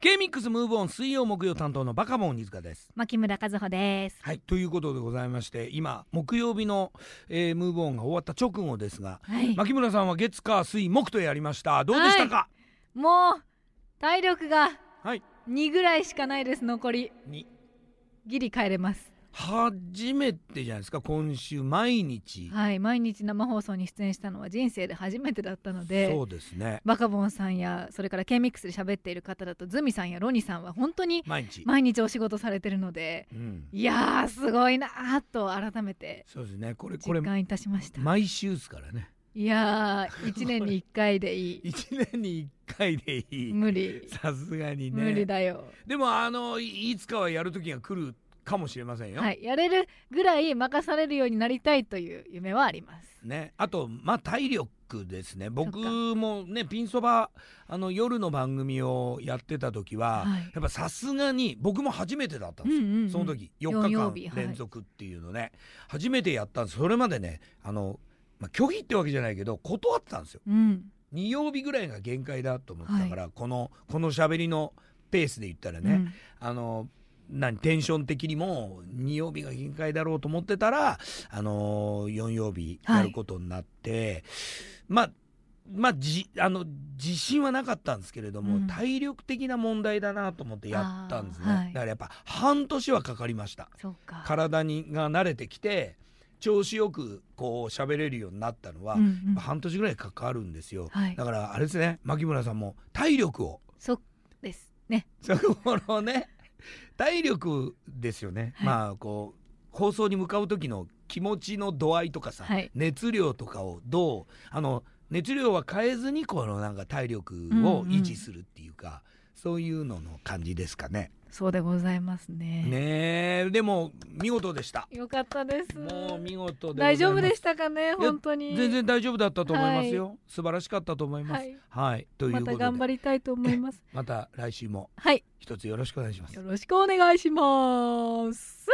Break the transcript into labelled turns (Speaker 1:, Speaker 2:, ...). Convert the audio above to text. Speaker 1: K ミックスムーブオン水曜木曜担当のバカボン飯塚です。
Speaker 2: 牧村和穂です。
Speaker 1: はいということでございまして今木曜日の、えームーブオンが終わった直後ですが
Speaker 2: はい。
Speaker 1: 牧村さんは月火水木とやりましたどうでしたか、
Speaker 2: もう体力が
Speaker 1: はい
Speaker 2: 2ぐらいしかないです残り。
Speaker 1: に
Speaker 2: ギリ帰れます。
Speaker 1: 初めてじゃないですか今週毎日、
Speaker 2: はい。毎日生放送に出演したのは人生で初めてだったので
Speaker 1: そ。うですね
Speaker 2: バカボンさんやそれから K ミックスで喋っている方だとズミさんやロニさんは本当に
Speaker 1: 毎日、
Speaker 2: 毎日お仕事されてるので
Speaker 1: うん、
Speaker 2: いやーすごいなーと改めて
Speaker 1: そうですねこれこれ
Speaker 2: 実感いたしました
Speaker 1: 毎週ですからね
Speaker 2: いやー1年に1回でいい
Speaker 1: 1年に1回でいい
Speaker 2: 無理
Speaker 1: さすがにね
Speaker 2: 無理だよ
Speaker 1: でもあのいいつかはやる時が来るかもしれませんよ、
Speaker 2: はい、やれるぐらい任されるようになりたいという夢はあります。
Speaker 1: ね、あとまあ体力ですね僕
Speaker 2: そっ
Speaker 1: もねピンそばあの夜の番組をやってた時は、
Speaker 2: はい
Speaker 1: やっぱさすがに僕も初めてだったんですよ、
Speaker 2: うんうんうん
Speaker 1: その時
Speaker 2: 曜
Speaker 1: 4
Speaker 2: 日
Speaker 1: 日間
Speaker 2: はい
Speaker 1: 連続っていうのね、初めてやったんですそれまでねあの、まあ、拒否ってわけじゃないけど断ってたんですよ
Speaker 2: うん、
Speaker 1: 2曜日ぐらいが限界だと思ってたから、このこの喋りのペースで言ったらね、
Speaker 2: うん
Speaker 1: あの何テンション的にも2曜日が限界だろうと思ってたら、あの4曜日やることになって、まあまあ、じあの自信はなかったんですけれども、
Speaker 2: うん
Speaker 1: 体力的な問題だなと思ってやったんですね、
Speaker 2: あーはい
Speaker 1: だからやっぱ半年はかかりました
Speaker 2: そうか。
Speaker 1: 体にが慣れてきて調子よくこう喋れるようになったのは、
Speaker 2: うんうん
Speaker 1: 半年ぐらいかかるんですよ、
Speaker 2: はい
Speaker 1: だ、からあれですね牧村さんも体力を
Speaker 2: そうですね。
Speaker 1: そこのね体力ですよね、
Speaker 2: はい
Speaker 1: まあこう放送に向かう時の気持ちの度合いとかさ、
Speaker 2: はい
Speaker 1: 熱量とかをどうあの熱量は変えずにこのなんか体力を維持するっていうか、そういうのの感じですかね。
Speaker 2: そうでございますね。
Speaker 1: ねえでも見事でした。
Speaker 2: よかったです。
Speaker 1: もう見事で
Speaker 2: 大丈夫で
Speaker 1: し
Speaker 2: したかね、本当に。
Speaker 1: 全然大丈夫だったと思いますよ、素晴らしかったと思いま
Speaker 2: は
Speaker 1: す。はい、
Speaker 2: い。
Speaker 1: という
Speaker 2: ま
Speaker 1: こと
Speaker 2: た
Speaker 1: で
Speaker 2: 頑張りたいと思います。
Speaker 1: また来週も
Speaker 2: はい、
Speaker 1: 一つよろしくお願いします
Speaker 2: よ。ろしくお願いします。